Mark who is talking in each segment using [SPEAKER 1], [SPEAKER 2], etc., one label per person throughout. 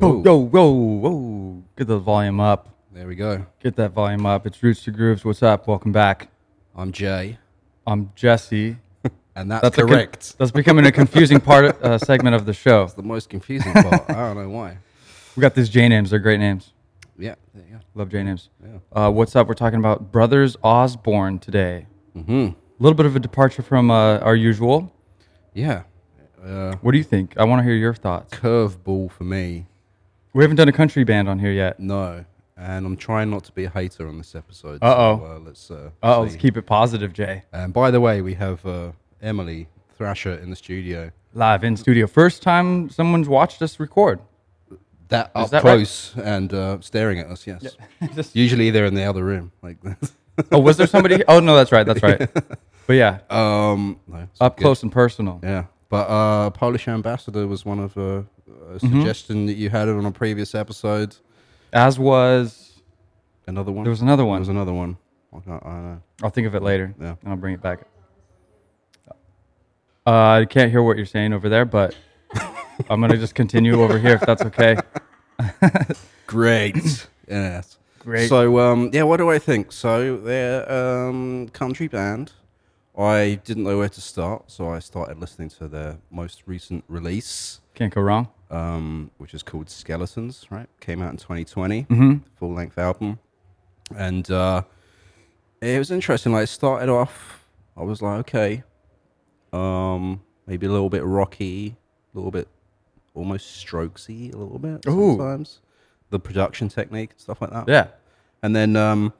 [SPEAKER 1] Yo, yo, yo, whoa. Get the volume up.
[SPEAKER 2] There we go.
[SPEAKER 1] Get that volume up. It's Roots to Grooves. What's up? Welcome back.
[SPEAKER 2] I'm Jay,
[SPEAKER 1] I'm Jesse.
[SPEAKER 2] and that's,
[SPEAKER 1] a con-
[SPEAKER 2] correct.
[SPEAKER 1] that's becoming a confusing part of, uh, segment of the show.
[SPEAKER 2] the most confusing part. I don't know why.
[SPEAKER 1] We got these J names. They're great names.
[SPEAKER 2] Yeah, there you
[SPEAKER 1] Love J names.
[SPEAKER 2] Yeah.
[SPEAKER 1] Uh, what's up? We're talking about Brothers Osborne today.
[SPEAKER 2] go. hmm
[SPEAKER 1] A little bit of a departure from uh, our usual.
[SPEAKER 2] Yeah. Uh,
[SPEAKER 1] What do you think? I want to hear your thoughts.
[SPEAKER 2] curveball for me.
[SPEAKER 1] We haven't done a country band on here yet.
[SPEAKER 2] No. And I'm trying not to be a hater on this episode. so,
[SPEAKER 1] Uh-oh.
[SPEAKER 2] uh, let's. Uh,
[SPEAKER 1] Uh oh,
[SPEAKER 2] see.
[SPEAKER 1] let's keep it positive, Jay.
[SPEAKER 2] And by the way, we have uh, Emily Thrasher in the studio.
[SPEAKER 1] Live in studio. First time someone's watched us record.
[SPEAKER 2] That up
[SPEAKER 1] that right?
[SPEAKER 2] close and uh, staring at us. Yes.
[SPEAKER 1] Just-
[SPEAKER 2] Usually they're in the other room, like this.
[SPEAKER 1] oh, was there somebody? Oh no, that's right, that's right. But yeah,
[SPEAKER 2] um, no, it's
[SPEAKER 1] up
[SPEAKER 2] good.
[SPEAKER 1] close and personal.
[SPEAKER 2] Yeah, but uh, Polish ambassador was one of uh, a
[SPEAKER 1] Mm-hmm.
[SPEAKER 2] suggestion that you had on a previous episode.
[SPEAKER 1] As was
[SPEAKER 2] Another one.
[SPEAKER 1] there was another
[SPEAKER 2] There was
[SPEAKER 1] one.
[SPEAKER 2] another one. I don't, I don't know.
[SPEAKER 1] I'll think of it later,
[SPEAKER 2] Yeah.
[SPEAKER 1] and I'll bring it back. Uh, I can't hear what you're saying over there, but I'm gonna just continue over here if that's okay.
[SPEAKER 2] Great. yes.
[SPEAKER 1] Great.
[SPEAKER 2] So um, yeah, what do I think? So they're um, country band. I didn't know where to start, so I started listening to their most recent release,
[SPEAKER 1] Can't go wrong.
[SPEAKER 2] um, which is called Skeletons. Right, came out in 2020,
[SPEAKER 1] Mhm.
[SPEAKER 2] full length album, and uh, it was interesting. Like, it started off, I was like, okay, um, maybe a little bit rocky, a little bit almost strokesy, a little bit
[SPEAKER 1] Ooh.
[SPEAKER 2] sometimes. The production technique, stuff like that.
[SPEAKER 1] Yeah.
[SPEAKER 2] And then, um,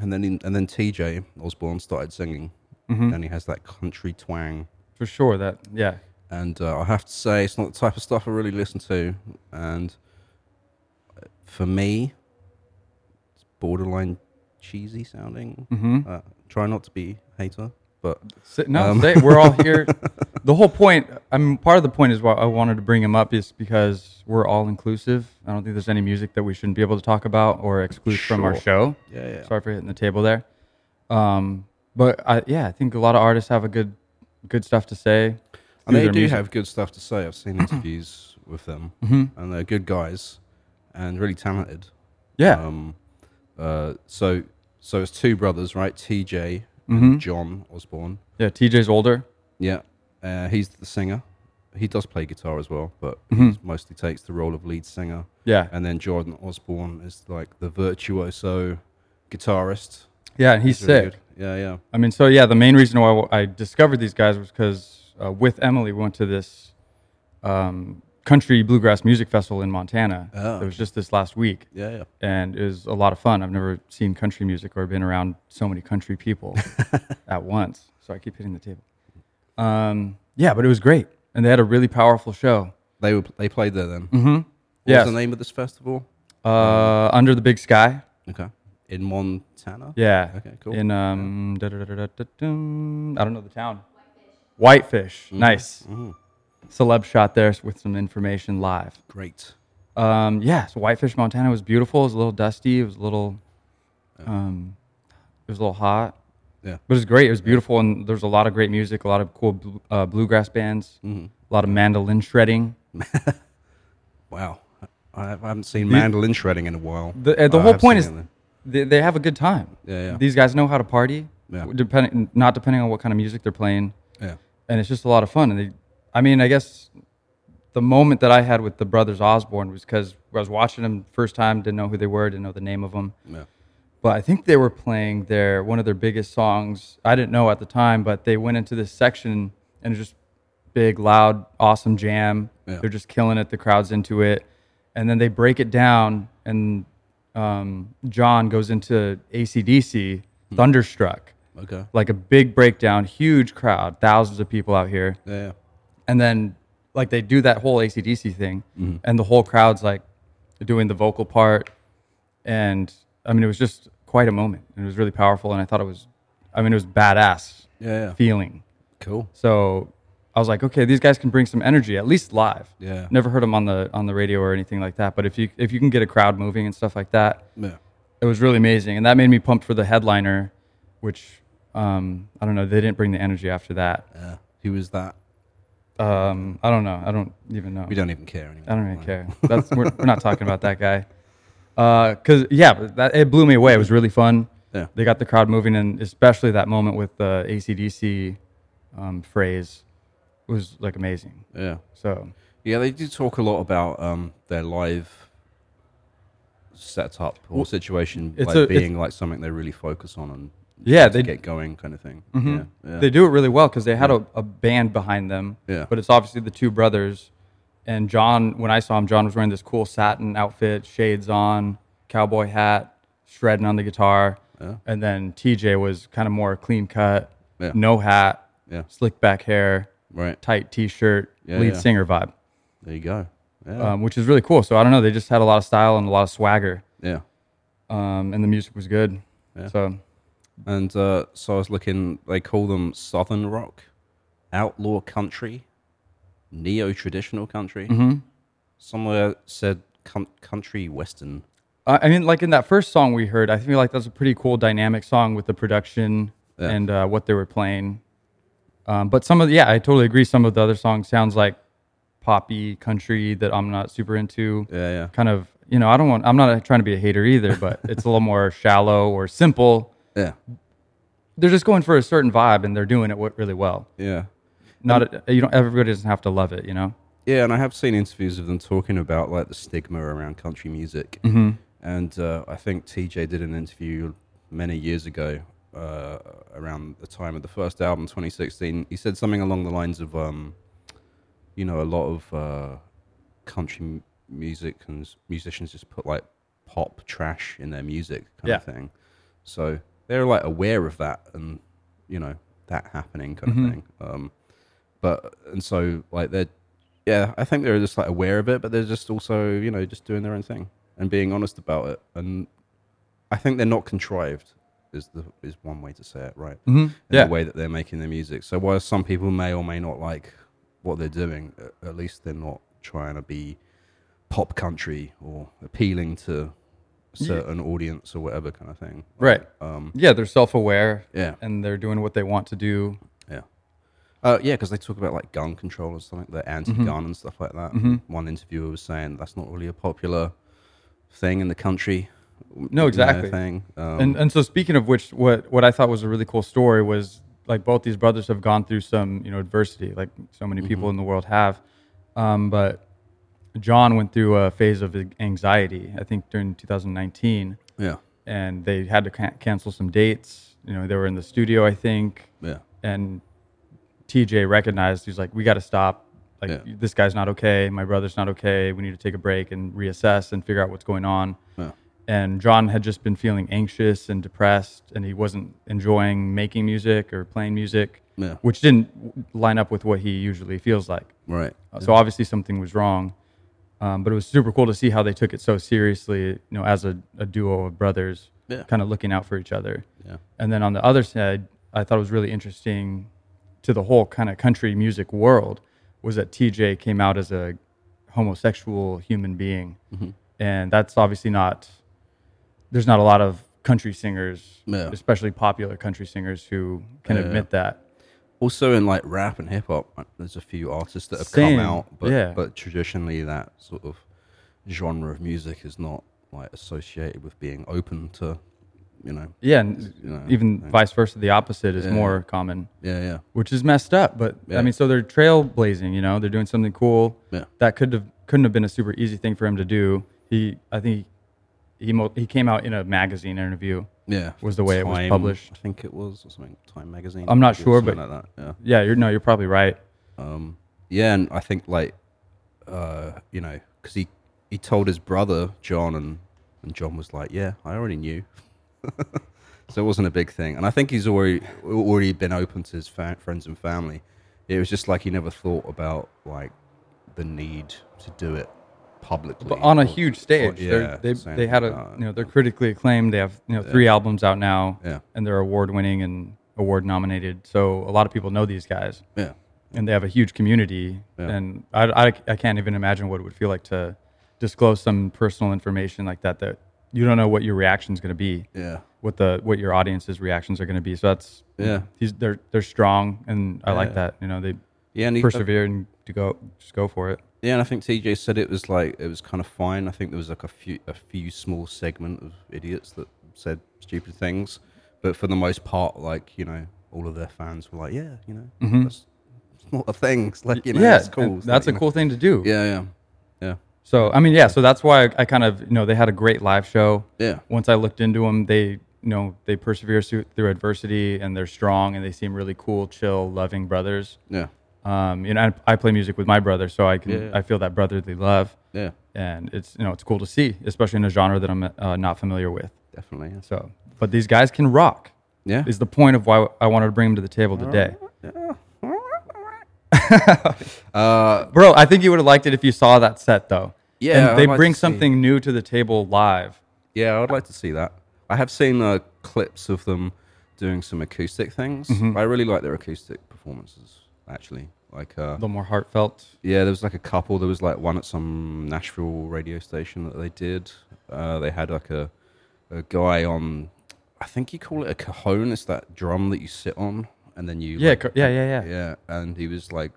[SPEAKER 2] and then, and then TJ Osborne started singing,
[SPEAKER 1] Mhm.
[SPEAKER 2] and he has that country twang.
[SPEAKER 1] For sure. That yeah.
[SPEAKER 2] And uh, I have to say, it's not the type of stuff I really listen to. And uh, for me, it's borderline cheesy sounding.
[SPEAKER 1] Mm-hmm.
[SPEAKER 2] Uh, try not to be hater, but
[SPEAKER 1] Sit, no,
[SPEAKER 2] Um,
[SPEAKER 1] say, we're all here. the whole point, I mean, part of the point is why I wanted to bring him up is because we're all inclusive. I don't think there's any music that we shouldn't be able to talk about or exclude from our
[SPEAKER 2] Sure.
[SPEAKER 1] show.
[SPEAKER 2] yeah, yeah.
[SPEAKER 1] Sorry for hitting the table there. Um, but I, yeah, I think a lot of artists have a good, good stuff to say.
[SPEAKER 2] And
[SPEAKER 1] through
[SPEAKER 2] they
[SPEAKER 1] their
[SPEAKER 2] do
[SPEAKER 1] music.
[SPEAKER 2] have good stuff to say. I've seen interviews with them,
[SPEAKER 1] Mm-hmm.
[SPEAKER 2] and they're good guys and really talented.
[SPEAKER 1] yeah,
[SPEAKER 2] Um, uh, so, so it's two brothers, right? TJ
[SPEAKER 1] Mhm.
[SPEAKER 2] and John Osborne.
[SPEAKER 1] yeah. TJ's older.
[SPEAKER 2] Yeah, uh, he's the singer. He does play guitar as well, but he
[SPEAKER 1] Mm-hmm.
[SPEAKER 2] mostly takes the role of lead singer.
[SPEAKER 1] Yeah,
[SPEAKER 2] And then Jordan Osborne is like the virtuoso guitarist.
[SPEAKER 1] yeah, and he's
[SPEAKER 2] It's really
[SPEAKER 1] sick.
[SPEAKER 2] good. Yeah, yeah.
[SPEAKER 1] I mean, so yeah, the main reason why w- I discovered these guys was because uh, with Emily, we went to this um, country bluegrass music festival in Montana.
[SPEAKER 2] Oh,
[SPEAKER 1] It was just this last week,
[SPEAKER 2] Yeah, yeah.
[SPEAKER 1] and it was a lot of fun. I've never seen country music or been around so many country people at once. So I keep hitting the table. Um, yeah, but it was great, and they had a really powerful show.
[SPEAKER 2] They were they played there then.
[SPEAKER 1] Mm-hmm.
[SPEAKER 2] What
[SPEAKER 1] Yes.
[SPEAKER 2] was the name of this festival?
[SPEAKER 1] Uh, Under the Big Sky.
[SPEAKER 2] Okay. In Montana.
[SPEAKER 1] Yeah.
[SPEAKER 2] Okay, cool.
[SPEAKER 1] In um, da-da-da-da-da-dum, I don't know the town. Whitefish.
[SPEAKER 2] Mm-hmm.
[SPEAKER 1] Nice. Celeb shot there with some information live.
[SPEAKER 2] Great.
[SPEAKER 1] Um, yeah. So Whitefish, Montana was beautiful. It was a little dusty. It was a little, um, it was a little hot,
[SPEAKER 2] Yeah.
[SPEAKER 1] but it was great. It was beautiful, and there's a lot of great music, a lot of cool bl- uh, bluegrass bands,
[SPEAKER 2] Mm-hmm.
[SPEAKER 1] a lot of mandolin shredding.
[SPEAKER 2] Wow. I I haven't seen mandolin shredding in a while.
[SPEAKER 1] The, uh, the
[SPEAKER 2] I
[SPEAKER 1] whole
[SPEAKER 2] have
[SPEAKER 1] point
[SPEAKER 2] seen
[SPEAKER 1] is
[SPEAKER 2] it, though.
[SPEAKER 1] they, they have a good time.
[SPEAKER 2] Oh, Yeah, yeah.
[SPEAKER 1] These guys know how to party,
[SPEAKER 2] Yeah.
[SPEAKER 1] depending not depending on what kind of music they're playing.
[SPEAKER 2] Yeah.
[SPEAKER 1] and it's just a lot of fun. And they, I mean, I guess the moment that I had with the brothers Osborne was because I was watching them first time, didn't know who they were, didn't know the name of them.
[SPEAKER 2] Yeah.
[SPEAKER 1] But I think they were playing their one of their biggest songs. I didn't know at the time, but they went into this section and it was just big, loud, awesome jam.
[SPEAKER 2] Yeah.
[SPEAKER 1] They're just killing it. The crowd's into it, and then they break it down, and um, John goes into ACDC, Thunderstruck,
[SPEAKER 2] Okay.
[SPEAKER 1] like a big breakdown, huge crowd, thousands of people out here
[SPEAKER 2] Yeah, yeah.
[SPEAKER 1] and then like they do that whole ACDC thing,
[SPEAKER 2] Mm-hmm.
[SPEAKER 1] and the whole crowd's like doing the vocal part, and I mean it was just quite a moment. It was really powerful, and I thought it was, I mean it was badass
[SPEAKER 2] Yeah, yeah.
[SPEAKER 1] feeling.
[SPEAKER 2] Cool.
[SPEAKER 1] So I was like, okay, these guys can bring some energy at least live.
[SPEAKER 2] Yeah.
[SPEAKER 1] Never heard them on the on the radio or anything like that, but if you if you can get a crowd moving and stuff like that,
[SPEAKER 2] Yeah.
[SPEAKER 1] it was really amazing, and that made me pumped for the headliner, which um, I don't know, they didn't bring the energy after that.
[SPEAKER 2] Yeah. Who was that?
[SPEAKER 1] Um, I don't know. I don't even know.
[SPEAKER 2] We don't even care anymore.
[SPEAKER 1] I don't even
[SPEAKER 2] Like,
[SPEAKER 1] care. That's we're, we're not talking about that guy. Uh, cause yeah, but that, it blew me away. It was really fun.
[SPEAKER 2] Yeah.
[SPEAKER 1] They got the crowd moving, and especially that moment with the ACDC um, phrase was like amazing.
[SPEAKER 2] Yeah.
[SPEAKER 1] So
[SPEAKER 2] Yeah, they do talk a lot about um, their live setup or situation
[SPEAKER 1] it's
[SPEAKER 2] like
[SPEAKER 1] a- it's-
[SPEAKER 2] being like something they really focus on and
[SPEAKER 1] Yeah,
[SPEAKER 2] to
[SPEAKER 1] they- Mm-hmm.
[SPEAKER 2] get going kind of thing. Yeah, yeah.
[SPEAKER 1] they do it really well because they had a, a band behind them.
[SPEAKER 2] Yeah.
[SPEAKER 1] But it's obviously the two brothers. And John, when I saw him, John was wearing this cool satin outfit, shades on, cowboy hat, shredding on the guitar.
[SPEAKER 2] Yeah.
[SPEAKER 1] And then TJ was kind of more clean cut,
[SPEAKER 2] Yeah.
[SPEAKER 1] no hat,
[SPEAKER 2] Yeah.
[SPEAKER 1] slick back hair,
[SPEAKER 2] right.
[SPEAKER 1] tight t shirt,
[SPEAKER 2] Yeah,
[SPEAKER 1] lead
[SPEAKER 2] yeah.
[SPEAKER 1] singer vibe,
[SPEAKER 2] There you go. Yeah.
[SPEAKER 1] um, which is really cool. So I don't know. They just had a lot of style and a lot of swagger.
[SPEAKER 2] yeah.
[SPEAKER 1] Um, and the music was good. So
[SPEAKER 2] And uh, so I was looking, they call them Southern Rock, Outlaw Country, Neo Traditional Country. Mm-hmm. Somewhere said com- Country Western.
[SPEAKER 1] I I mean, like in that first song we heard, I feel like that's a pretty cool dynamic song with the production
[SPEAKER 2] Yeah.
[SPEAKER 1] and uh, what they were playing. Um, but some of the, yeah, I totally agree. Some of the other songs sounds like poppy country that I'm not super into.
[SPEAKER 2] Yeah, yeah.
[SPEAKER 1] Kind of, you know, I don't want. I'm not trying to be a hater either, but it's a little more shallow or simple.
[SPEAKER 2] Yeah.
[SPEAKER 1] They're just going for a certain vibe and they're doing it wa- really well.
[SPEAKER 2] Yeah.
[SPEAKER 1] Not you don't. Everybody doesn't have to love it, you know.
[SPEAKER 2] Yeah, and I have seen interviews of them talking about like the stigma around country music, and uh, I think TJ did an interview many years ago, uh, around the time of the first album, 2016. He said something along the lines of, um, you know, a lot of uh, country m- music and s- musicians just put like pop trash in their music kind
[SPEAKER 1] Yeah.
[SPEAKER 2] of thing, so they're like aware of that and you know that happening kind of thing. Um, but and so like they're yeah i think they're just like aware of it but they're just also you know just doing their own thing and being honest about it and i think they're not contrived is the is one way to say it right mm-hmm. in
[SPEAKER 1] Yeah.
[SPEAKER 2] the way that they're making their music so while some people may or may not like what they're doing a- at least they're not trying to be pop country or appealing to a certain audience or whatever kind of thing
[SPEAKER 1] Right.
[SPEAKER 2] um
[SPEAKER 1] Yeah, they're self-aware.
[SPEAKER 2] Yeah.
[SPEAKER 1] And they're doing what they want to do.
[SPEAKER 2] Yeah. Uh, yeah, because they talk about like gun control and stuff like that, anti-gun
[SPEAKER 1] Mm-hmm.
[SPEAKER 2] and stuff like that. One interviewer was saying that's not really a popular thing in the country. w-
[SPEAKER 1] No,
[SPEAKER 2] you know,
[SPEAKER 1] exactly.
[SPEAKER 2] thing. Um,
[SPEAKER 1] and and so speaking of which, what what I thought was a really cool story was like both these brothers have gone through some you know adversity, like so many
[SPEAKER 2] Mm-hmm.
[SPEAKER 1] people in the world have. Um, but John went through a phase of anxiety, I think, during 2019,
[SPEAKER 2] yeah,
[SPEAKER 1] and they had to can- cancel some dates. You know, they were in the studio, I think,
[SPEAKER 2] yeah,
[SPEAKER 1] and TJ recognized he's like, we got to stop. Like
[SPEAKER 2] Yeah.
[SPEAKER 1] this guy's not okay. My brother's not okay. We need to take a break and reassess and figure out what's going on
[SPEAKER 2] yeah,
[SPEAKER 1] and John had just been feeling anxious and depressed, and he wasn't enjoying making music or playing music,
[SPEAKER 2] Yeah.
[SPEAKER 1] which didn't line up with what he usually feels like.
[SPEAKER 2] right.
[SPEAKER 1] Uh, So obviously something was wrong, um, but it was super cool to see how they took it so seriously. You know, as a, a duo of brothers,
[SPEAKER 2] Yeah.
[SPEAKER 1] kind of looking out for each other.
[SPEAKER 2] Yeah,
[SPEAKER 1] And then on the other side, I thought it was really interesting to the whole kind of country music world was that TJ came out as a homosexual human being.
[SPEAKER 2] Mm-hmm.
[SPEAKER 1] And that's obviously not, there's not a lot of country singers,
[SPEAKER 2] Yeah.
[SPEAKER 1] especially popular country singers, who can admit that.
[SPEAKER 2] also in like rap and hip hop, uh, there's a few artists that have
[SPEAKER 1] Same,
[SPEAKER 2] come out, but
[SPEAKER 1] yeah.
[SPEAKER 2] but traditionally that sort of genre of music is not like associated with being open to, you know,
[SPEAKER 1] Yeah. And
[SPEAKER 2] Yeah,
[SPEAKER 1] even vice versa, the opposite is
[SPEAKER 2] Yeah.
[SPEAKER 1] more common.
[SPEAKER 2] yeah, yeah,
[SPEAKER 1] which is messed up. But
[SPEAKER 2] Yeah.
[SPEAKER 1] I mean, so they're trailblazing. You know, they're doing something cool
[SPEAKER 2] Yeah.
[SPEAKER 1] that could have couldn't have been a super easy thing for him to do. He, I think, he mo- he came out in a magazine interview.
[SPEAKER 2] yeah.
[SPEAKER 1] Was the way it was
[SPEAKER 2] Time,
[SPEAKER 1] published.
[SPEAKER 2] I think it was or something. Time magazine.
[SPEAKER 1] I'm not
[SPEAKER 2] maybe, or
[SPEAKER 1] sure,
[SPEAKER 2] something
[SPEAKER 1] but-
[SPEAKER 2] like that. Yeah.
[SPEAKER 1] Yeah, you're no, you're probably right.
[SPEAKER 2] Um, yeah, and I think like, uh, you know, because he he told his brother John, and and John was like, "Yeah, I already knew," so it wasn't a big thing. And I think he's already already been open to his fa- friends and family. It was just like he never thought about like the need to do it publicly
[SPEAKER 1] But on a
[SPEAKER 2] or-
[SPEAKER 1] huge
[SPEAKER 2] or-
[SPEAKER 1] stage,
[SPEAKER 2] yeah,
[SPEAKER 1] they're- they
[SPEAKER 2] something
[SPEAKER 1] they had
[SPEAKER 2] like
[SPEAKER 1] a
[SPEAKER 2] that.
[SPEAKER 1] you know they're critically acclaimed. They have you know three albums out now,
[SPEAKER 2] Yeah.
[SPEAKER 1] and they're award winning and award nominated. So a lot of people know these guys,
[SPEAKER 2] yeah
[SPEAKER 1] and they have a huge community.
[SPEAKER 2] Yeah.
[SPEAKER 1] And I, I I can't even imagine what it would feel like to disclose some personal information like that that you don't know what your reaction's going to be.
[SPEAKER 2] yeah
[SPEAKER 1] what the what your audience's reactions are going to be. So that's
[SPEAKER 2] Yeah.
[SPEAKER 1] he's, they're they're strong, and I
[SPEAKER 2] Yeah.
[SPEAKER 1] like that. You know, they
[SPEAKER 2] Yeah, and he,
[SPEAKER 1] persevere and to go just go for it.
[SPEAKER 2] yeah, and I think TJ said it was like it was kind of fine. I think there was like a few a few small segment of idiots that said stupid things, but for the most part, like you know, all of their fans were like, yeah, you know, that's, it's not a thing. It's like you know,
[SPEAKER 1] Mm-hmm. yeah,
[SPEAKER 2] it's cool.
[SPEAKER 1] and
[SPEAKER 2] It's
[SPEAKER 1] that's a
[SPEAKER 2] like, you
[SPEAKER 1] cool thing to do.
[SPEAKER 2] know. Yeah, yeah, yeah,
[SPEAKER 1] So I mean, yeah. So that's why I, I kind of you know they had a great live show.
[SPEAKER 2] yeah.
[SPEAKER 1] Once I looked into them, they you know they persevere through, through adversity and they're strong and they seem really cool, chill, loving brothers.
[SPEAKER 2] Yeah,
[SPEAKER 1] Um, you know, I, I play music with my brother, so I can
[SPEAKER 2] Yeah.
[SPEAKER 1] I feel that brotherly love,
[SPEAKER 2] yeah,
[SPEAKER 1] and it's you know it's cool to see, especially in a genre that I'm uh, not familiar with.
[SPEAKER 2] definitely. yes.
[SPEAKER 1] So, but these guys can rock.
[SPEAKER 2] Yeah.
[SPEAKER 1] Is the point of why I wanted to bring them to the table today,
[SPEAKER 2] Uh,
[SPEAKER 1] bro? I think you would have liked it if you saw that set though.
[SPEAKER 2] Yeah,
[SPEAKER 1] and
[SPEAKER 2] I'd
[SPEAKER 1] they
[SPEAKER 2] like to
[SPEAKER 1] bring
[SPEAKER 2] see.
[SPEAKER 1] something new to the table live.
[SPEAKER 2] yeah, I'd like to see that. I have seen uh, clips of them doing some acoustic things.
[SPEAKER 1] Mm-hmm.
[SPEAKER 2] I really like their acoustic performances, actually. Like,
[SPEAKER 1] A
[SPEAKER 2] uh,
[SPEAKER 1] little more heartfelt.
[SPEAKER 2] yeah, there was like a couple. There was like one at some Nashville radio station that they did. Uh, they had like a a guy on. I think you call it a cajon. It's that drum that you sit on, and then you
[SPEAKER 1] Yeah,
[SPEAKER 2] like,
[SPEAKER 1] co- yeah, yeah, yeah.
[SPEAKER 2] Yeah, and he was like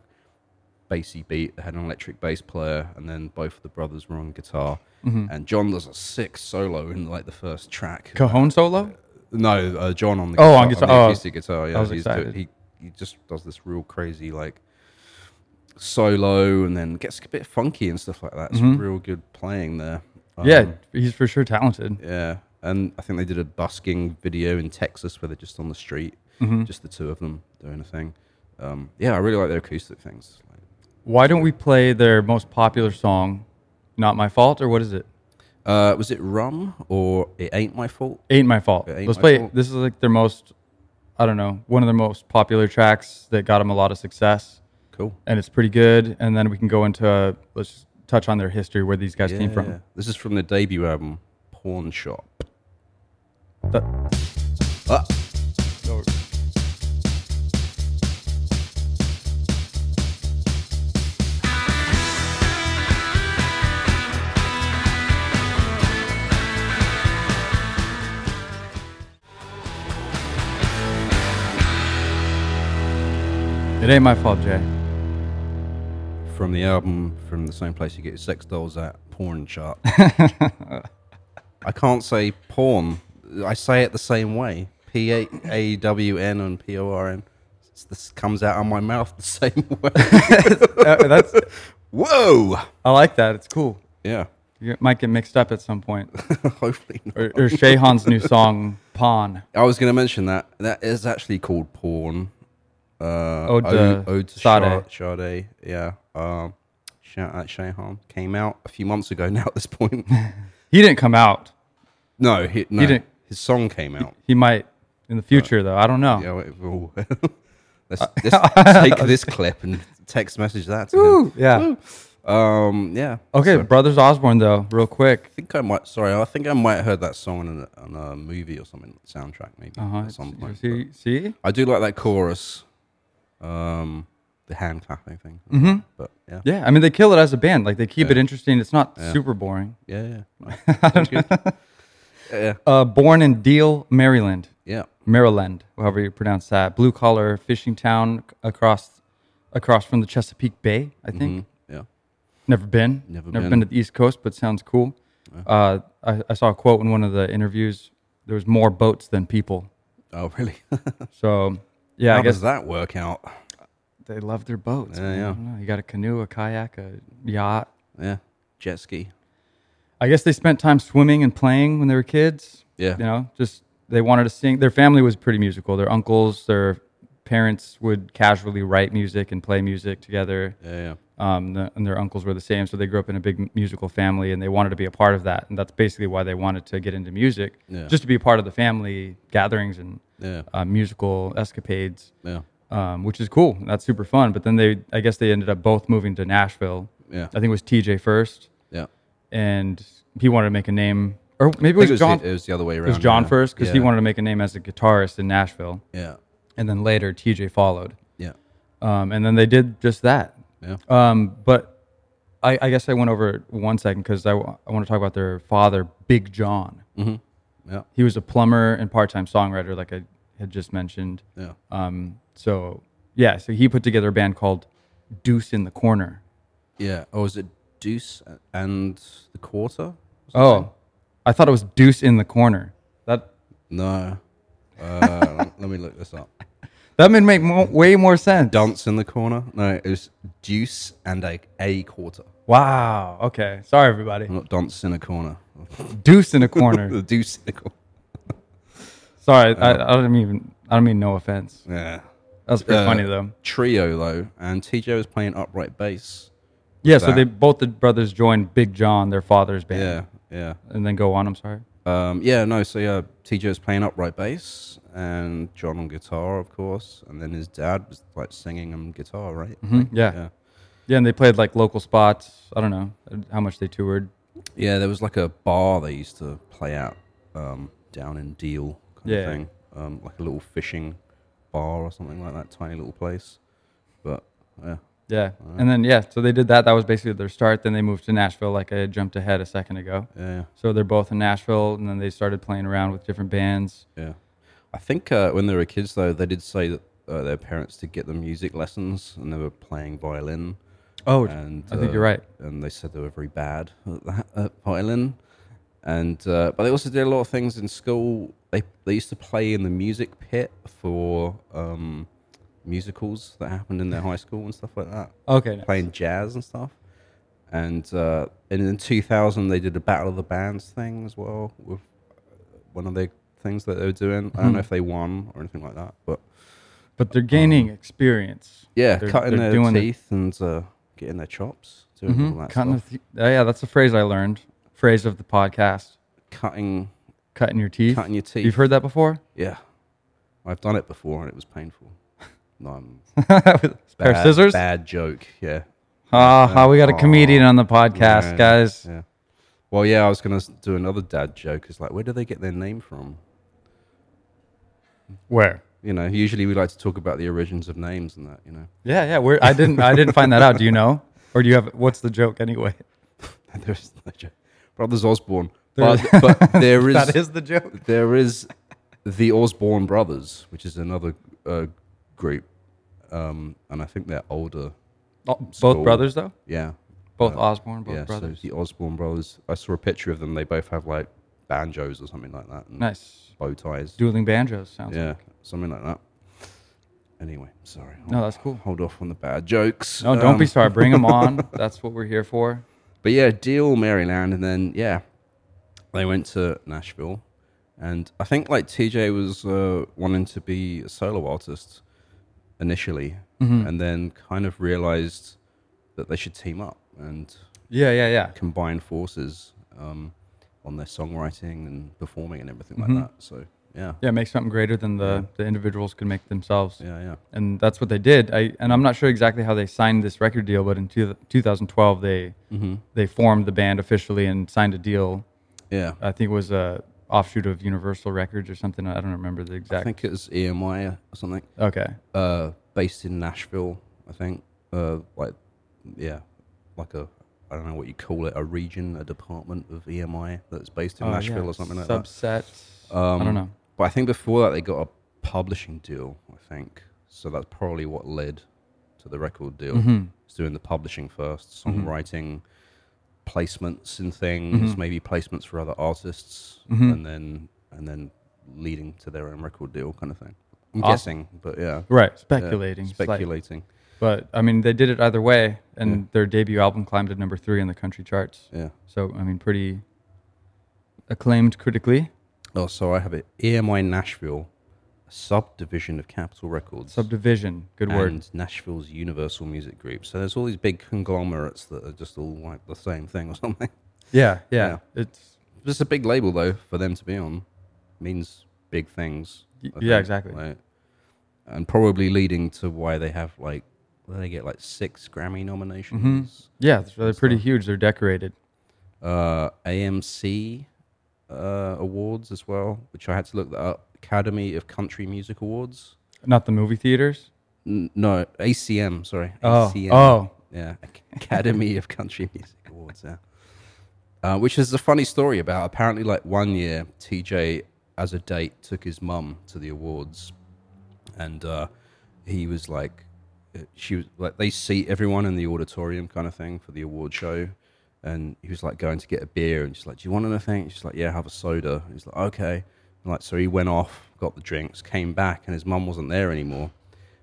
[SPEAKER 2] bassy beat. They had an electric bass player, and then both of the brothers were on guitar.
[SPEAKER 1] Mm-hmm. Mm.
[SPEAKER 2] And John does a sick solo in like the first track.
[SPEAKER 1] Cajon solo?
[SPEAKER 2] no, uh, John on the
[SPEAKER 1] Oh, on
[SPEAKER 2] the
[SPEAKER 1] guitar. Oh,
[SPEAKER 2] acoustic guitar. Yeah,
[SPEAKER 1] was
[SPEAKER 2] he's do-
[SPEAKER 1] excited.
[SPEAKER 2] he he just does this real crazy like solo, and then gets a bit funky and stuff like that. It's real good playing there.
[SPEAKER 1] Mm-hmm. yeah,
[SPEAKER 2] Um,
[SPEAKER 1] he's for sure talented.
[SPEAKER 2] yeah. And I think they did a busking video in Texas where they're just on the street,
[SPEAKER 1] Mm-hmm.
[SPEAKER 2] just the two of them doing a thing. Um, yeah, I really like their acoustic things. Like,
[SPEAKER 1] Why don't we play their most popular song, Not My Fault, or what is it?
[SPEAKER 2] Uh, was it rum or it ain't my fault?
[SPEAKER 1] Ain't My Fault.
[SPEAKER 2] It Ain't
[SPEAKER 1] Let's
[SPEAKER 2] My
[SPEAKER 1] play
[SPEAKER 2] Fault.
[SPEAKER 1] This is like their most, I don't know, one of their most popular tracks that got them a lot of success.
[SPEAKER 2] Cool.
[SPEAKER 1] And it's pretty good. And then we can go into, uh, let's just touch on their history, where these guys came from.
[SPEAKER 2] This is from the debut album, Pawn Shop.
[SPEAKER 1] That-
[SPEAKER 2] Ah.
[SPEAKER 1] It ain't my fault, Jay.
[SPEAKER 2] From the album, from the same place you get your sex dolls at, Pawn Shop. I can't say porn. I say it the same way. P A A W N and P O R N. It's- This comes out of my mouth the same way.
[SPEAKER 1] Uh, that's,
[SPEAKER 2] Whoa!
[SPEAKER 1] I like that. It's cool.
[SPEAKER 2] Yeah.
[SPEAKER 1] You might get mixed up at some point.
[SPEAKER 2] Hopefully not.
[SPEAKER 1] Or, or Shehan's new song, Pawn.
[SPEAKER 2] I was going to mention that. That is actually called porn. Uh,
[SPEAKER 1] Ode to Sade.
[SPEAKER 2] Sade. Sade. Yeah. Um, shout out Shehan. Came out a few months ago now at this point.
[SPEAKER 1] He didn't come out.
[SPEAKER 2] no, he, no.
[SPEAKER 1] didn't-
[SPEAKER 2] His song came out.
[SPEAKER 1] He might in the future, though. I don't know.
[SPEAKER 2] Yeah, wait, ooh. let's,
[SPEAKER 1] Uh,
[SPEAKER 2] let's take this clip and text message that to him.
[SPEAKER 1] yeah.
[SPEAKER 2] Um, yeah.
[SPEAKER 1] Okay,
[SPEAKER 2] So I
[SPEAKER 1] Brothers Osborne, though, real quick.
[SPEAKER 2] think I might. Sorry, I think I might have heard that song in a, on a movie or something soundtrack maybe
[SPEAKER 1] Uh-huh.
[SPEAKER 2] at some
[SPEAKER 1] See-
[SPEAKER 2] point.
[SPEAKER 1] See, see?
[SPEAKER 2] but I do like that chorus, um, the hand clapping thing.
[SPEAKER 1] Mm-hmm.
[SPEAKER 2] But yeah,
[SPEAKER 1] Yeah, I mean, they kill it as a band. Like, they keep it interesting. It's not super boring.
[SPEAKER 2] yeah, yeah. Sounds good. yeah,
[SPEAKER 1] Uh, born in Deal, Maryland.
[SPEAKER 2] yeah.
[SPEAKER 1] Maryland, however you pronounce that. Blue collar fishing town c- across across from the Chesapeake Bay, I think.
[SPEAKER 2] Mm, yeah.
[SPEAKER 1] Never been.
[SPEAKER 2] Never
[SPEAKER 1] Never
[SPEAKER 2] been.
[SPEAKER 1] been to the East Coast, but sounds cool. Uh, I, I saw a quote in one of the interviews. There was more boats than people.
[SPEAKER 2] Oh, really?
[SPEAKER 1] So, yeah,
[SPEAKER 2] How
[SPEAKER 1] I guess
[SPEAKER 2] does that work out?
[SPEAKER 1] they love their boats.
[SPEAKER 2] Yeah,
[SPEAKER 1] man. I
[SPEAKER 2] yeah.
[SPEAKER 1] don't know. You got a canoe, a kayak, a yacht.
[SPEAKER 2] Yeah, jet ski.
[SPEAKER 1] I guess they spent time swimming and playing when they were kids.
[SPEAKER 2] Yeah.
[SPEAKER 1] You know, just they wanted to sing. Their family was pretty musical. Their uncles, their parents would casually write music and play music together.
[SPEAKER 2] Yeah, yeah.
[SPEAKER 1] Um, the, and their uncles were the same. So they grew up in a big m- musical family and they wanted to be a part of that. And that's basically why they wanted to get into music,
[SPEAKER 2] Yeah.
[SPEAKER 1] just to be a part of the family gatherings and
[SPEAKER 2] Yeah,
[SPEAKER 1] uh, musical escapades
[SPEAKER 2] yeah,
[SPEAKER 1] um, which is cool. That's super fun. But then they, I guess they ended up both moving to Nashville.
[SPEAKER 2] Yeah.
[SPEAKER 1] I think it was TJ first,
[SPEAKER 2] yeah.
[SPEAKER 1] and he wanted to make a name, or maybe
[SPEAKER 2] I think
[SPEAKER 1] it was John.
[SPEAKER 2] the- it was the other way around.
[SPEAKER 1] it was John
[SPEAKER 2] yeah.
[SPEAKER 1] first because
[SPEAKER 2] yeah.
[SPEAKER 1] he wanted to make a name as a guitarist in Nashville,
[SPEAKER 2] Yeah,
[SPEAKER 1] and then later TJ followed.
[SPEAKER 2] yeah,
[SPEAKER 1] Um, and then they did just that.
[SPEAKER 2] yeah.
[SPEAKER 1] Um, but I, I guess I went over it one second because I, want to talk about their father, Big John.
[SPEAKER 2] Yeah.
[SPEAKER 1] He was a plumber and part-time songwriter, like I had just mentioned.
[SPEAKER 2] Yeah.
[SPEAKER 1] Um, so yeah, so he put together a band called deuce in the corner.
[SPEAKER 2] Yeah. Oh, is it Deuce and the quarter?
[SPEAKER 1] Oh, I thought it was deuce in the corner. That
[SPEAKER 2] No. Uh, let me look this up.
[SPEAKER 1] that would make mo- way more sense.
[SPEAKER 2] Dance in the corner. No, it was Deuce and a a quarter.
[SPEAKER 1] Wow. Okay. Sorry, everybody.
[SPEAKER 2] Not dance in a corner.
[SPEAKER 1] Deuce in a corner.
[SPEAKER 2] the Deuce in the corner.
[SPEAKER 1] Sorry, I, I don't even. I don't mean no offense.
[SPEAKER 2] Yeah.
[SPEAKER 1] That was pretty
[SPEAKER 2] Uh,
[SPEAKER 1] funny though.
[SPEAKER 2] Trio though, and TJ was playing upright bass.
[SPEAKER 1] Yeah. So
[SPEAKER 2] that-
[SPEAKER 1] they both the brothers joined Big John, their father's band,
[SPEAKER 2] Yeah, yeah.
[SPEAKER 1] and then go on. I'm sorry.
[SPEAKER 2] Um, yeah, no, so yeah, TJ was playing upright bass and John on guitar, of course, and then his dad was like singing and guitar, right?
[SPEAKER 1] Yeah. yeah.
[SPEAKER 2] Hmm? Yeah.
[SPEAKER 1] and they played like local spots. I don't know how much they toured.
[SPEAKER 2] Yeah, there was like a bar they used to play at um, down in Deal kind
[SPEAKER 1] Yeah.
[SPEAKER 2] of thing. Um, like a little fishing bar or something like that, tiny little place. But yeah.
[SPEAKER 1] Yeah. And then yeah, so they did that. That was basically their start. Then they moved to Nashville, like I had jumped ahead a second ago.
[SPEAKER 2] Yeah,
[SPEAKER 1] So they're both in Nashville, and then they started playing around with different bands.
[SPEAKER 2] yeah. I think uh, when they were kids, though, they did say that uh, their parents did get them music lessons, and they were playing violin.
[SPEAKER 1] Oh,
[SPEAKER 2] and
[SPEAKER 1] I think you're right.
[SPEAKER 2] And they said they were very bad at that at violin, and uh, but they also did a lot of things in school. They they used to play in the music pit for um, musicals that happened in their high school and stuff like that,
[SPEAKER 1] Okay.
[SPEAKER 2] playing jazz and stuff. And uh, and in 2000 they did a battle of the bands thing as well with uh, one of the things that they were doing. I don't
[SPEAKER 1] Hmm.
[SPEAKER 2] know if they won or anything like that, but
[SPEAKER 1] But they're gaining experience.
[SPEAKER 2] yeah,
[SPEAKER 1] They're-
[SPEAKER 2] cutting
[SPEAKER 1] they're
[SPEAKER 2] their
[SPEAKER 1] doing the-
[SPEAKER 2] teeth and uh, getting their chops, doing all that
[SPEAKER 1] Cutting
[SPEAKER 2] stuff.
[SPEAKER 1] the th- oh, yeah, that's a phrase I learned. Phrase of the podcast.
[SPEAKER 2] cutting
[SPEAKER 1] Cutting your teeth.
[SPEAKER 2] cutting your teeth.
[SPEAKER 1] You've heard that before?
[SPEAKER 2] yeah, I've done it before and it was painful. No, I'm
[SPEAKER 1] Ah, Pair of
[SPEAKER 2] bad-
[SPEAKER 1] scissors.
[SPEAKER 2] Bad joke. Yeah.
[SPEAKER 1] Ah, ah, we got a comedian on the podcast,
[SPEAKER 2] Yeah,
[SPEAKER 1] guys.
[SPEAKER 2] Yeah. Well, yeah, I was gonna s- do another dad joke. It's like, where do they get their name from?
[SPEAKER 1] Where?
[SPEAKER 2] You know, usually we like to talk about the origins of names and that. You know,
[SPEAKER 1] Yeah, yeah. Where? I didn't. I didn't find that out. Do you know? Or do you have? What's the joke anyway?
[SPEAKER 2] there's no joke. Brothers Osborne,
[SPEAKER 1] There-
[SPEAKER 2] but, but there is,
[SPEAKER 1] that is the joke.
[SPEAKER 2] there is the Osborne brothers, which is another uh, group, um, and I think they're older.
[SPEAKER 1] Oh, Both
[SPEAKER 2] Skull.
[SPEAKER 1] brothers though.
[SPEAKER 2] Yeah,
[SPEAKER 1] Both Osborne. Both
[SPEAKER 2] yeah,
[SPEAKER 1] brothers.
[SPEAKER 2] so the Osborne brothers. I saw a picture of them. They both have like banjos or something like that, and
[SPEAKER 1] nice.
[SPEAKER 2] bow ties.
[SPEAKER 1] Dueling banjos sounds.
[SPEAKER 2] yeah, something like that. Anyway, sorry.
[SPEAKER 1] No, that's cool.
[SPEAKER 2] Hold off on the bad jokes.
[SPEAKER 1] No, don't be
[SPEAKER 2] Um,
[SPEAKER 1] sorry. Bring them on. That's what we're here for.
[SPEAKER 2] But yeah, Deal, Maryland, and then yeah, they went to Nashville, and I think like TJ was uh, wanting to be a solo artist initially,
[SPEAKER 1] Mm-hmm.
[SPEAKER 2] and then kind of realized that they should team up and
[SPEAKER 1] Yeah, yeah, yeah.
[SPEAKER 2] combine forces um, on their songwriting and performing and everything
[SPEAKER 1] Mm-hmm.
[SPEAKER 2] like that. So yeah,
[SPEAKER 1] Yeah, make something greater than the the individuals could make themselves.
[SPEAKER 2] yeah, yeah,
[SPEAKER 1] and that's what they did. I and I'm not sure exactly how they signed this record deal, but in two, 2012 they they formed the band officially and signed a deal.
[SPEAKER 2] yeah.
[SPEAKER 1] I think it was a offshoot of Universal Records or something. I don't remember the
[SPEAKER 2] I
[SPEAKER 1] exact.
[SPEAKER 2] think it was EMI or something.
[SPEAKER 1] okay,
[SPEAKER 2] uh, based in Nashville, I think. Uh, like, yeah, like a I don't know what you call it, a region, a department of EMI that's based in
[SPEAKER 1] Oh, yeah,
[SPEAKER 2] Nashville or something like
[SPEAKER 1] Subset.
[SPEAKER 2] that. Um,
[SPEAKER 1] I don't know.
[SPEAKER 2] But I think before that they got a publishing deal, I think. So that's probably what led to the record deal.
[SPEAKER 1] Mm-hmm.
[SPEAKER 2] It's doing the publishing first, songwriting, placements and things,
[SPEAKER 1] Mm-hmm.
[SPEAKER 2] maybe placements for other artists, and then and then leading to their own record deal kind of thing. I'm
[SPEAKER 1] Awesome.
[SPEAKER 2] guessing, but yeah.
[SPEAKER 1] Right,
[SPEAKER 2] Yeah,
[SPEAKER 1] Ah. speculating. slightly.
[SPEAKER 2] speculating.
[SPEAKER 1] But I mean, they did it either way, and
[SPEAKER 2] Yeah.
[SPEAKER 1] their debut album climbed to number three in the country charts.
[SPEAKER 2] Yeah.
[SPEAKER 1] So I mean, pretty acclaimed critically.
[SPEAKER 2] Oh, so I have it. EMI Nashville, a subdivision of Capitol Records,
[SPEAKER 1] Subdivision, good
[SPEAKER 2] and
[SPEAKER 1] word.
[SPEAKER 2] Nashville's Universal Music Group. So there's all these big conglomerates that are just all like the same thing or something.
[SPEAKER 1] Yeah, yeah, It's
[SPEAKER 2] It's a big label though for them to be on. Means big things.
[SPEAKER 1] Y-
[SPEAKER 2] I
[SPEAKER 1] yeah,
[SPEAKER 2] think,
[SPEAKER 1] exactly.
[SPEAKER 2] like- and probably leading to why they have like they get like six Grammy nominations.
[SPEAKER 1] yeah. They're they're pretty huge. They're decorated. Mm-hmm.
[SPEAKER 2] uh, AMC uh, awards as well, which I had to look that up. Academy of Country Music Awards.
[SPEAKER 1] Not the movie theaters.
[SPEAKER 2] N- no, ACM. Sorry.
[SPEAKER 1] Oh,
[SPEAKER 2] ACM.
[SPEAKER 1] oh.
[SPEAKER 2] Yeah, Ac- Academy of Country Music Awards. Yeah. Uh, which is a funny story about. Apparently, like one year, TJ as a date took his mum to the awards, and uh, he was like, it- she was like they seat everyone in the auditorium kind of thing for the award show, and he was like going to get a beer, and she's like, "Do you want anything?" She's like, "Yeah, have a soda." And he's like, "Okay." And like so, he went off, got the drinks, came back, and his mum wasn't there anymore.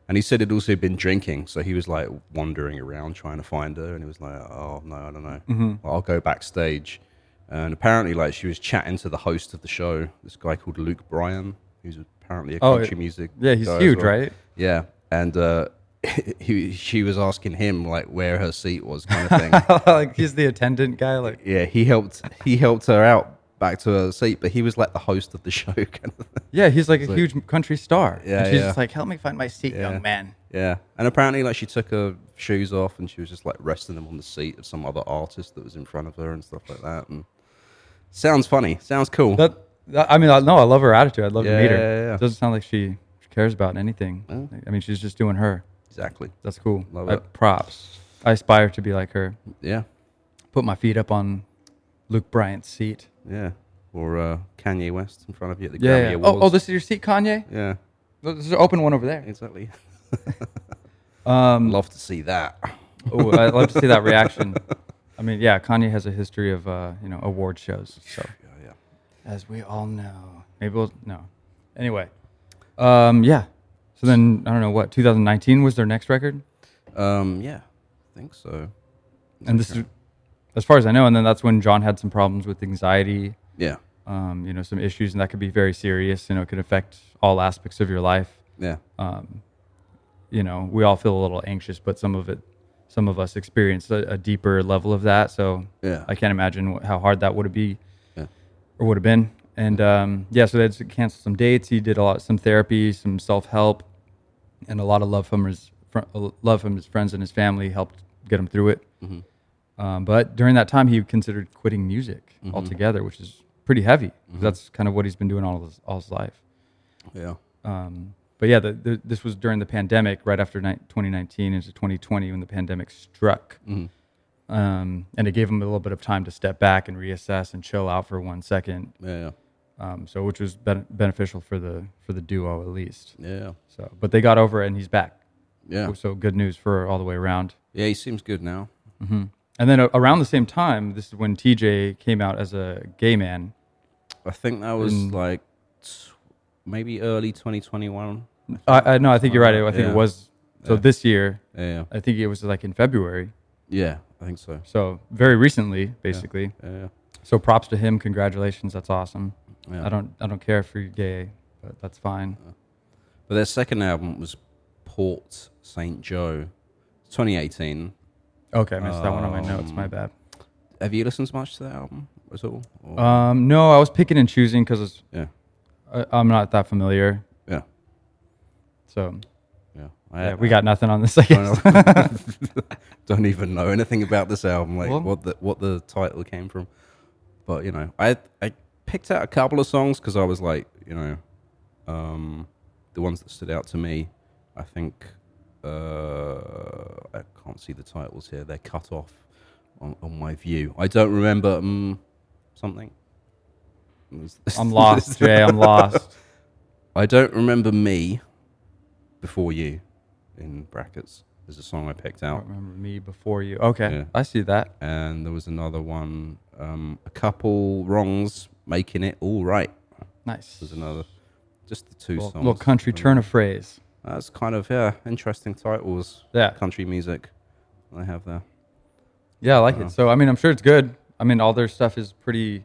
[SPEAKER 2] And he said he'd also been drinking, so he was like wandering around trying to find her, and he was like, "Oh no, I don't know.
[SPEAKER 1] Mm-hmm.
[SPEAKER 2] Well, I'll go backstage." And apparently, like she was chatting to the host of the show, this guy called Luke Bryan, who's apparently a
[SPEAKER 1] Oh,
[SPEAKER 2] country
[SPEAKER 1] it-
[SPEAKER 2] music.
[SPEAKER 1] yeah, he's
[SPEAKER 2] guy as
[SPEAKER 1] huge,
[SPEAKER 2] well.
[SPEAKER 1] right?
[SPEAKER 2] Yeah, and uh, he, she was asking him like where her seat was, kind of thing.
[SPEAKER 1] Oh. like he's the attendant guy. Like
[SPEAKER 2] yeah, he helped. He helped her out back to her seat, but he was like the host of the show, kind of thing.
[SPEAKER 1] Yeah, he's like a huge country star.
[SPEAKER 2] Yeah,
[SPEAKER 1] and she's
[SPEAKER 2] yeah.
[SPEAKER 1] just like, help me find my seat,
[SPEAKER 2] Yeah.
[SPEAKER 1] young man.
[SPEAKER 2] Yeah, and apparently, like she took her shoes off and she was just like resting them on the seat of some other artist that was in front of her and stuff like that. And sounds funny, sounds cool.
[SPEAKER 1] That, that- I mean, I, no, I love her attitude. I'd love
[SPEAKER 2] Yeah,
[SPEAKER 1] to meet her.
[SPEAKER 2] yeah, yeah.
[SPEAKER 1] It doesn't sound like she, she cares about anything. I mean, she's just doing her.
[SPEAKER 2] exactly.
[SPEAKER 1] That's cool.
[SPEAKER 2] Love
[SPEAKER 1] I-
[SPEAKER 2] it.
[SPEAKER 1] Props. I aspire to be like her.
[SPEAKER 2] Yeah,
[SPEAKER 1] Put my feet up on Luke Bryant's seat.
[SPEAKER 2] yeah. Or uh, Kanye West in front of you at the Grammy
[SPEAKER 1] Yeah. yeah.
[SPEAKER 2] Awards.
[SPEAKER 1] Oh, oh, this is your seat, Kanye.
[SPEAKER 2] yeah,
[SPEAKER 1] There's an open one over there.
[SPEAKER 2] exactly.
[SPEAKER 1] Um,
[SPEAKER 2] Love to see that.
[SPEAKER 1] oh, I'd love to see that reaction. I mean, yeah, Kanye has a history of uh, you know award shows. So.
[SPEAKER 2] Yeah, yeah.
[SPEAKER 1] as we all know. Maybe we'll no. Anyway, um, yeah. So then I don't know what 2019 was their next record,
[SPEAKER 2] Um, yeah, I think so.
[SPEAKER 1] and this is as far as I know. And then that's when John had some problems with anxiety,
[SPEAKER 2] Yeah,
[SPEAKER 1] um, you know, some issues, and that could be very serious. You know, it could affect all aspects of your life.
[SPEAKER 2] yeah,
[SPEAKER 1] Um, you know, we all feel a little anxious, but some of it, some of us experience a, a deeper level of that. So
[SPEAKER 2] yeah,
[SPEAKER 1] I can't imagine wh- how hard that would have be,
[SPEAKER 2] Yeah.
[SPEAKER 1] or would have been. And um, yeah, so they had to cancel some dates. He did a lot, some therapy, some self help, and a lot of love from his fr- uh, love from his friends and his family helped get him through it.
[SPEAKER 2] Mm-hmm.
[SPEAKER 1] Um, but during that time, he considered quitting music
[SPEAKER 2] Mm-hmm.
[SPEAKER 1] altogether, which is pretty heavy. 'cause That's kind of what he's been doing all his, all his life.
[SPEAKER 2] yeah,
[SPEAKER 1] Um, but yeah, the, the, this was during the pandemic, right after ni- 2019 into 2020 when the pandemic struck.
[SPEAKER 2] Mm-hmm.
[SPEAKER 1] Um, and it gave him a little bit of time to step back and reassess and chill out for one second.
[SPEAKER 2] yeah,
[SPEAKER 1] Um, so, which was ben- beneficial for the for the duo at least.
[SPEAKER 2] yeah,
[SPEAKER 1] So, but they got over it and he's back.
[SPEAKER 2] yeah.
[SPEAKER 1] So, good news for all the way around.
[SPEAKER 2] Yeah, he seems good now.
[SPEAKER 1] And then a- around the same time, this is when TJ came out as a gay man.
[SPEAKER 2] I think that was
[SPEAKER 1] Mm.
[SPEAKER 2] like t- maybe early 2021.
[SPEAKER 1] I, I no, I think you're right. I think
[SPEAKER 2] Yeah.
[SPEAKER 1] it was. So this year,
[SPEAKER 2] Yeah,
[SPEAKER 1] I think it was like in February.
[SPEAKER 2] yeah, I think so.
[SPEAKER 1] So very recently, basically.
[SPEAKER 2] Yeah,
[SPEAKER 1] So props to him. Congratulations. That's awesome.
[SPEAKER 2] Yeah. Uh,
[SPEAKER 1] I don't I don't care if you're gay, but that's fine.
[SPEAKER 2] but their second album was Port Saint Joe, 2018.
[SPEAKER 1] Okay, I missed that one on my
[SPEAKER 2] um,
[SPEAKER 1] notes. My bad.
[SPEAKER 2] Have you listened much to that album at all? Or-
[SPEAKER 1] Um, no, I was picking and choosing because
[SPEAKER 2] yeah,
[SPEAKER 1] I'm not that familiar.
[SPEAKER 2] yeah,
[SPEAKER 1] So
[SPEAKER 2] yeah. I,
[SPEAKER 1] yeah, we got nothing on this. I
[SPEAKER 2] I
[SPEAKER 1] guess.
[SPEAKER 2] don't- don't even know anything about this album, like
[SPEAKER 1] Well-
[SPEAKER 2] what the what the title came from. But you know, I I picked out a couple of songs because I was like, you know, um, the ones that stood out to me. I think uh, I can't see the titles here; they're cut off on, on my view. I don't remember um, something.
[SPEAKER 1] I'm lost, Jay. I'm lost.
[SPEAKER 2] I don't remember me before you. In brackets, is a song I picked
[SPEAKER 1] I
[SPEAKER 2] out.
[SPEAKER 1] don't remember me before you. Okay,
[SPEAKER 2] Yeah.
[SPEAKER 1] I see that.
[SPEAKER 2] and there was another one, um, a couple wrongs making it all right.
[SPEAKER 1] Nice.
[SPEAKER 2] Was another, just the two
[SPEAKER 1] Little,
[SPEAKER 2] songs.
[SPEAKER 1] little country turn of phrase.
[SPEAKER 2] That's kind of yeah, interesting titles.
[SPEAKER 1] Yeah.
[SPEAKER 2] country music, I have there.
[SPEAKER 1] Yeah, I like it. So I mean, I'm sure it's good. I mean, all their stuff is pretty.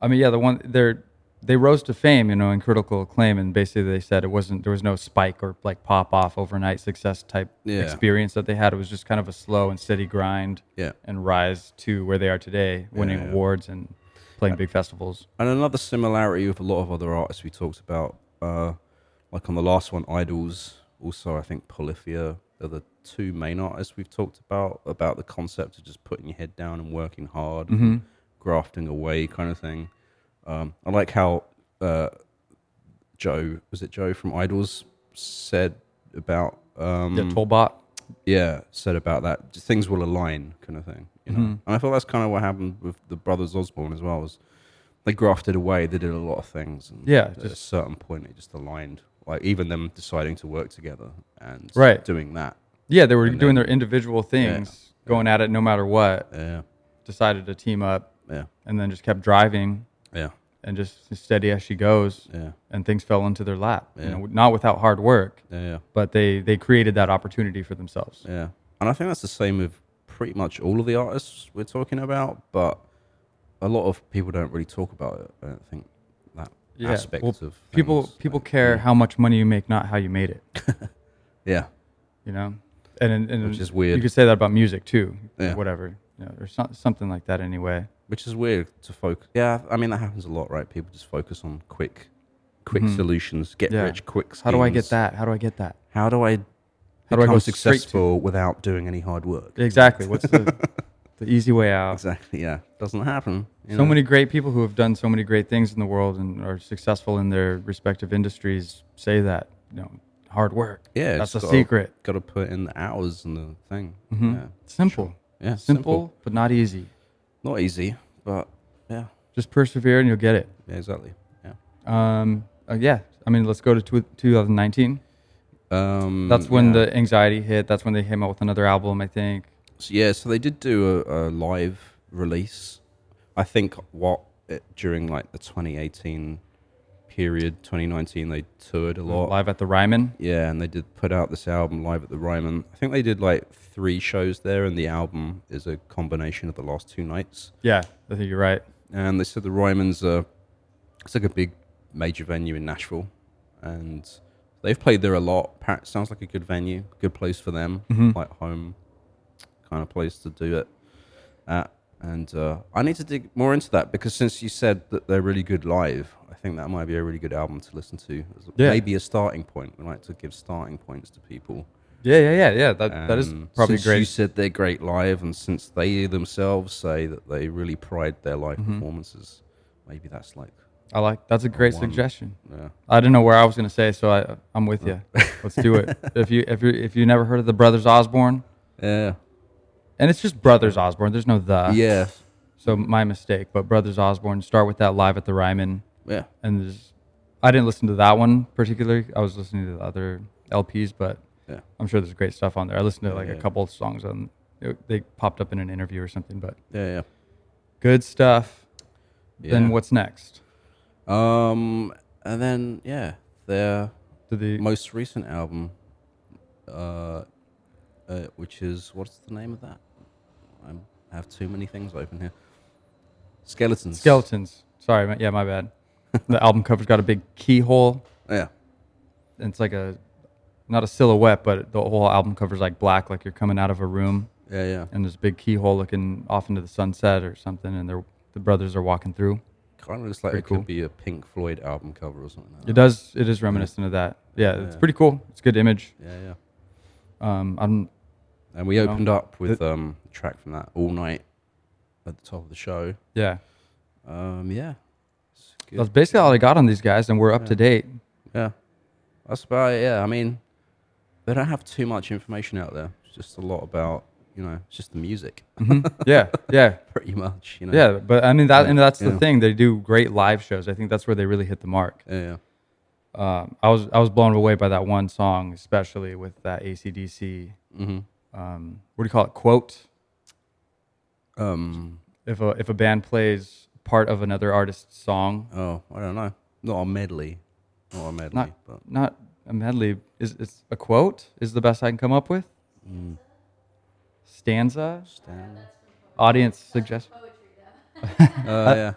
[SPEAKER 1] I mean, yeah, the one they're they rose to fame, you know, in critical acclaim, and basically they said it wasn't there was no spike or like pop off overnight success type
[SPEAKER 2] Yeah.
[SPEAKER 1] experience that they had. It was just kind of a slow and steady grind
[SPEAKER 2] Yeah,
[SPEAKER 1] and rise to where they are today, winning
[SPEAKER 2] yeah.
[SPEAKER 1] awards and playing big festivals.
[SPEAKER 2] and another similarity with a lot of other artists we talked about, uh, like on the last one, Idols. Also, I think Polyphia are the two main artists we've talked about about the concept of just putting your head down and working hard, and grafting away, kind of thing. Um, I like how uh, Joe was it Joe from Idols said about um,
[SPEAKER 1] Yeah, Tolbot.
[SPEAKER 2] yeah, said about that. Just things will align, kind of thing. You know,
[SPEAKER 1] Mm-hmm.
[SPEAKER 2] and I feel that's kind of what happened with the brothers Osborne as well. Was they grafted away? They did a lot of things, and
[SPEAKER 1] Yeah,
[SPEAKER 2] at a
[SPEAKER 1] just-
[SPEAKER 2] certain point, it just aligned. Like even them deciding to work together and
[SPEAKER 1] Right.
[SPEAKER 2] doing that.
[SPEAKER 1] Yeah, they were doing their individual things, going at it no matter what.
[SPEAKER 2] Yeah,
[SPEAKER 1] Decided to team up
[SPEAKER 2] yeah,
[SPEAKER 1] and then just kept driving
[SPEAKER 2] yeah,
[SPEAKER 1] and just steady as she goes.
[SPEAKER 2] yeah,
[SPEAKER 1] And things fell into their lap.
[SPEAKER 2] Yeah.
[SPEAKER 1] You know, not without hard work,
[SPEAKER 2] yeah,
[SPEAKER 1] but they they created that opportunity for themselves.
[SPEAKER 2] yeah. And I think that's the same with pretty much all of the artists we're talking about, but a lot of people don't really talk about it. I don't think that aspect
[SPEAKER 1] well,
[SPEAKER 2] of things.
[SPEAKER 1] people people care how much money you make, not how you made it.
[SPEAKER 2] Yeah,
[SPEAKER 1] You know, and and, and
[SPEAKER 2] Which is weird.
[SPEAKER 1] You could say that about music too.
[SPEAKER 2] Yeah.
[SPEAKER 1] Whatever, you know, or so, something like that. Anyway,
[SPEAKER 2] which is weird to focus. Yeah, I mean that happens a lot, right? People just focus on quick, quick solutions, get
[SPEAKER 1] Mm-hmm. Yeah.
[SPEAKER 2] rich quick.
[SPEAKER 1] how do I get
[SPEAKER 2] schemes.
[SPEAKER 1] that? How do I get that?
[SPEAKER 2] How do I
[SPEAKER 1] How do I
[SPEAKER 2] become
[SPEAKER 1] go straight to-
[SPEAKER 2] successful without doing any hard work?
[SPEAKER 1] Exactly. What's the the easy way out?
[SPEAKER 2] Exactly. Yeah, doesn't happen.
[SPEAKER 1] So
[SPEAKER 2] you know?
[SPEAKER 1] many great people who have done so many great things in the world and are successful in their respective industries say that you know hard work.
[SPEAKER 2] Yeah,
[SPEAKER 1] that's the secret. Mm-hmm.
[SPEAKER 2] Got to put in the hours and the thing. Yeah,
[SPEAKER 1] Simple.
[SPEAKER 2] yeah,
[SPEAKER 1] simple, but not easy.
[SPEAKER 2] Not easy, but yeah,
[SPEAKER 1] Just persevere and you'll get it.
[SPEAKER 2] yeah, exactly. Yeah.
[SPEAKER 1] Um, uh, yeah, I mean, let's go to tw 2019.
[SPEAKER 2] Um,
[SPEAKER 1] That's when
[SPEAKER 2] yeah.
[SPEAKER 1] the anxiety hit. That's when they came out with another album, I think.
[SPEAKER 2] So, yeah, so they did do a, a live release. I think what it, during like the 2018 period, 2019, they toured a lot.
[SPEAKER 1] Mm, Live at the Ryman.
[SPEAKER 2] Yeah, and they did put out this album live at the Ryman. I think they did like three shows there, and the album is a combination of the last two nights.
[SPEAKER 1] Yeah, I think you're right.
[SPEAKER 2] and they said the Ryman's uh, it's like a big major venue in Nashville, and they've played there a lot. Par- Sounds like a good venue, good place for them, like home kind of place to do it at. And uh, I need to dig more into that because since you said that they're really good live, I think that might be a really good album to listen to. As
[SPEAKER 1] Yeah.
[SPEAKER 2] Maybe a starting point. We like to give starting points to people.
[SPEAKER 1] Yeah, yeah, yeah, yeah. That, that is
[SPEAKER 2] Um,
[SPEAKER 1] probably
[SPEAKER 2] since
[SPEAKER 1] great.
[SPEAKER 2] You said they're great live, and since they themselves say that they really pride their live
[SPEAKER 1] Mm-hmm.
[SPEAKER 2] performances, maybe that's like,
[SPEAKER 1] I like that's a great
[SPEAKER 2] one.
[SPEAKER 1] suggestion.
[SPEAKER 2] yeah,
[SPEAKER 1] I didn't know where I was gonna say, so I, I'm with you. Let's do it. If you if you if you never heard of the Brothers Osborne,
[SPEAKER 2] yeah,
[SPEAKER 1] and it's just Brothers Osborne. There's no the.
[SPEAKER 2] yeah,
[SPEAKER 1] So my mistake. But Brothers Osborne. Start with that live at the Ryman,
[SPEAKER 2] yeah,
[SPEAKER 1] and there's, I didn't listen to that one particularly. I was listening to the other LPs, but
[SPEAKER 2] yeah,
[SPEAKER 1] I'm sure there's great stuff on there. I listened to like
[SPEAKER 2] Yeah.
[SPEAKER 1] a couple of songs and it, they popped up in an interview or something. But
[SPEAKER 2] yeah, yeah.
[SPEAKER 1] good stuff.
[SPEAKER 2] Yeah.
[SPEAKER 1] Then what's next?
[SPEAKER 2] Um, and then yeah, their
[SPEAKER 1] Did the
[SPEAKER 2] most recent album, uh, uh, which is what's the name of that? I'm, I have too many things open here. Skeletons.
[SPEAKER 1] Skeletons. Sorry, my, yeah, my bad. the album cover's got a big keyhole.
[SPEAKER 2] Yeah.
[SPEAKER 1] And it's like a not a silhouette, but the whole album cover's like black, like you're coming out of a room,
[SPEAKER 2] Yeah. Yeah.
[SPEAKER 1] and there's a big keyhole looking off into the sunset or something, and they're the brothers are walking through.
[SPEAKER 2] Kind of looks like it
[SPEAKER 1] Pretty cool.
[SPEAKER 2] could be a Pink Floyd album cover or something. Like that.
[SPEAKER 1] It does. It is reminiscent of that. Yeah, it's
[SPEAKER 2] Yeah.
[SPEAKER 1] pretty cool. It's a good image.
[SPEAKER 2] Yeah, yeah.
[SPEAKER 1] Um, I'm
[SPEAKER 2] And we opened up with um, a track from that all night at the top of the show.
[SPEAKER 1] yeah.
[SPEAKER 2] Um, yeah. It's good.
[SPEAKER 1] That's basically all I got on these guys, and we're up to date.
[SPEAKER 2] yeah. That's about it. Yeah. I mean, they don't have too much information out there. It's just a lot about, you know, it's just the music,
[SPEAKER 1] yeah, yeah,
[SPEAKER 2] pretty much, you know.
[SPEAKER 1] yeah. But I mean that, and that's
[SPEAKER 2] Yeah.
[SPEAKER 1] the thing. They do great live shows. I think that's where they really hit the mark.
[SPEAKER 2] Yeah. yeah.
[SPEAKER 1] Um, I was I was blown away by that one song, especially with that ACDC.
[SPEAKER 2] Mm-hmm.
[SPEAKER 1] Um, what do you call it? Quote.
[SPEAKER 2] Um,
[SPEAKER 1] If a if a band plays part of another artist's song,
[SPEAKER 2] oh, I don't know. Not a medley. Not a medley,
[SPEAKER 1] not
[SPEAKER 2] but
[SPEAKER 1] not a medley. Is it's a quote? Is the best I can come up with.
[SPEAKER 2] mm.
[SPEAKER 1] Stanza.
[SPEAKER 2] stand.
[SPEAKER 1] Audience suggestion.
[SPEAKER 2] Uh, yeah.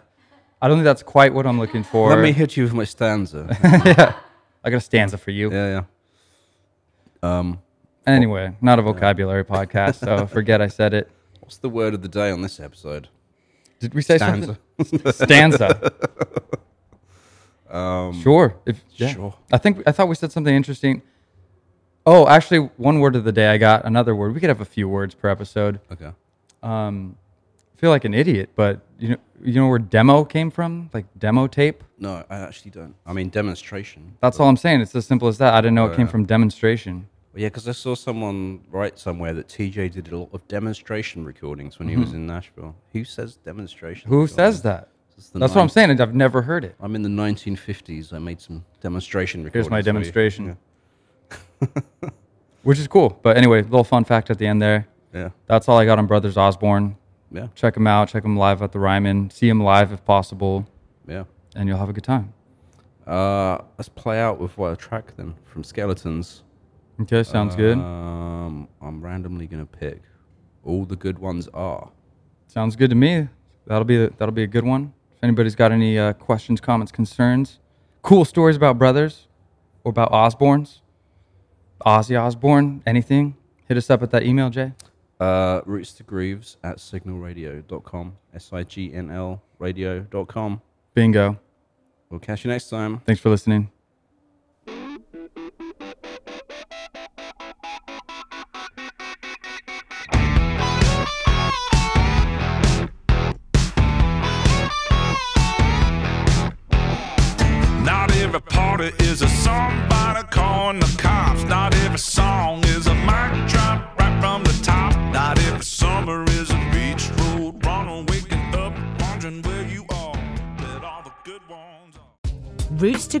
[SPEAKER 1] I don't think that's quite what I'm looking for.
[SPEAKER 2] Let me hit you with my stanza.
[SPEAKER 1] I got a stanza for you.
[SPEAKER 2] yeah, yeah. Um,
[SPEAKER 1] Anyway, not a vocabulary podcast, so forget I said it.
[SPEAKER 2] what's the word of the day on this episode?
[SPEAKER 1] Did we say
[SPEAKER 2] Stanza. Um,
[SPEAKER 1] something? Stanza. sure. If, yeah.
[SPEAKER 2] Sure.
[SPEAKER 1] I think I thought we said something interesting. Oh, actually, one word of the day. I got another word. We could have a few words per episode.
[SPEAKER 2] Okay.
[SPEAKER 1] Um, I feel like an idiot, but you know, you know where demo came from, like demo tape.
[SPEAKER 2] No, I actually don't. I mean, demonstration.
[SPEAKER 1] That's all I'm saying. It's as simple as that. I didn't know it
[SPEAKER 2] Oh,
[SPEAKER 1] came from demonstration.
[SPEAKER 2] Well, yeah, because I saw someone write somewhere that TJ did a lot of demonstration recordings when he was in Nashville. Who says demonstration?
[SPEAKER 1] Mm-hmm. Who says that?
[SPEAKER 2] That's
[SPEAKER 1] That's what I'm saying. and I've never heard it.
[SPEAKER 2] I'm in the 1950s. I made some demonstration recordings.
[SPEAKER 1] Here's my
[SPEAKER 2] for you.
[SPEAKER 1] demonstration. which is cool. But anyway, little fun fact at the end there.
[SPEAKER 2] Yeah.
[SPEAKER 1] That's all I got on Brothers Osborne.
[SPEAKER 2] Yeah.
[SPEAKER 1] Check them out. Check them live at the Ryman. See them live if possible,
[SPEAKER 2] Yeah.
[SPEAKER 1] and you'll have a good time.
[SPEAKER 2] Uh, let's play out with what a track then from Skeletons.
[SPEAKER 1] Okay, sounds
[SPEAKER 2] Uh,
[SPEAKER 1] good.
[SPEAKER 2] Um, I'm randomly gonna pick. All the good ones are.
[SPEAKER 1] Sounds good to me. That'll be that'll be a good one. If anybody's got any uh, questions, comments, concerns, cool stories about brothers or about Osbornes, Ozzy Osborne, anything, hit us up at that email, Jay.
[SPEAKER 2] Uh, roots to grooves at signalradio.com. S i g n l radio.com.
[SPEAKER 1] Bingo.
[SPEAKER 2] We'll catch you next time.
[SPEAKER 1] Thanks for listening.
[SPEAKER 3] Not every party is a somebody calling the cops. Not every song is a mic drop right from the top. Not every summer is a beach road runner waking up wondering where you are. Let all the good ones are.
[SPEAKER 4] Roots to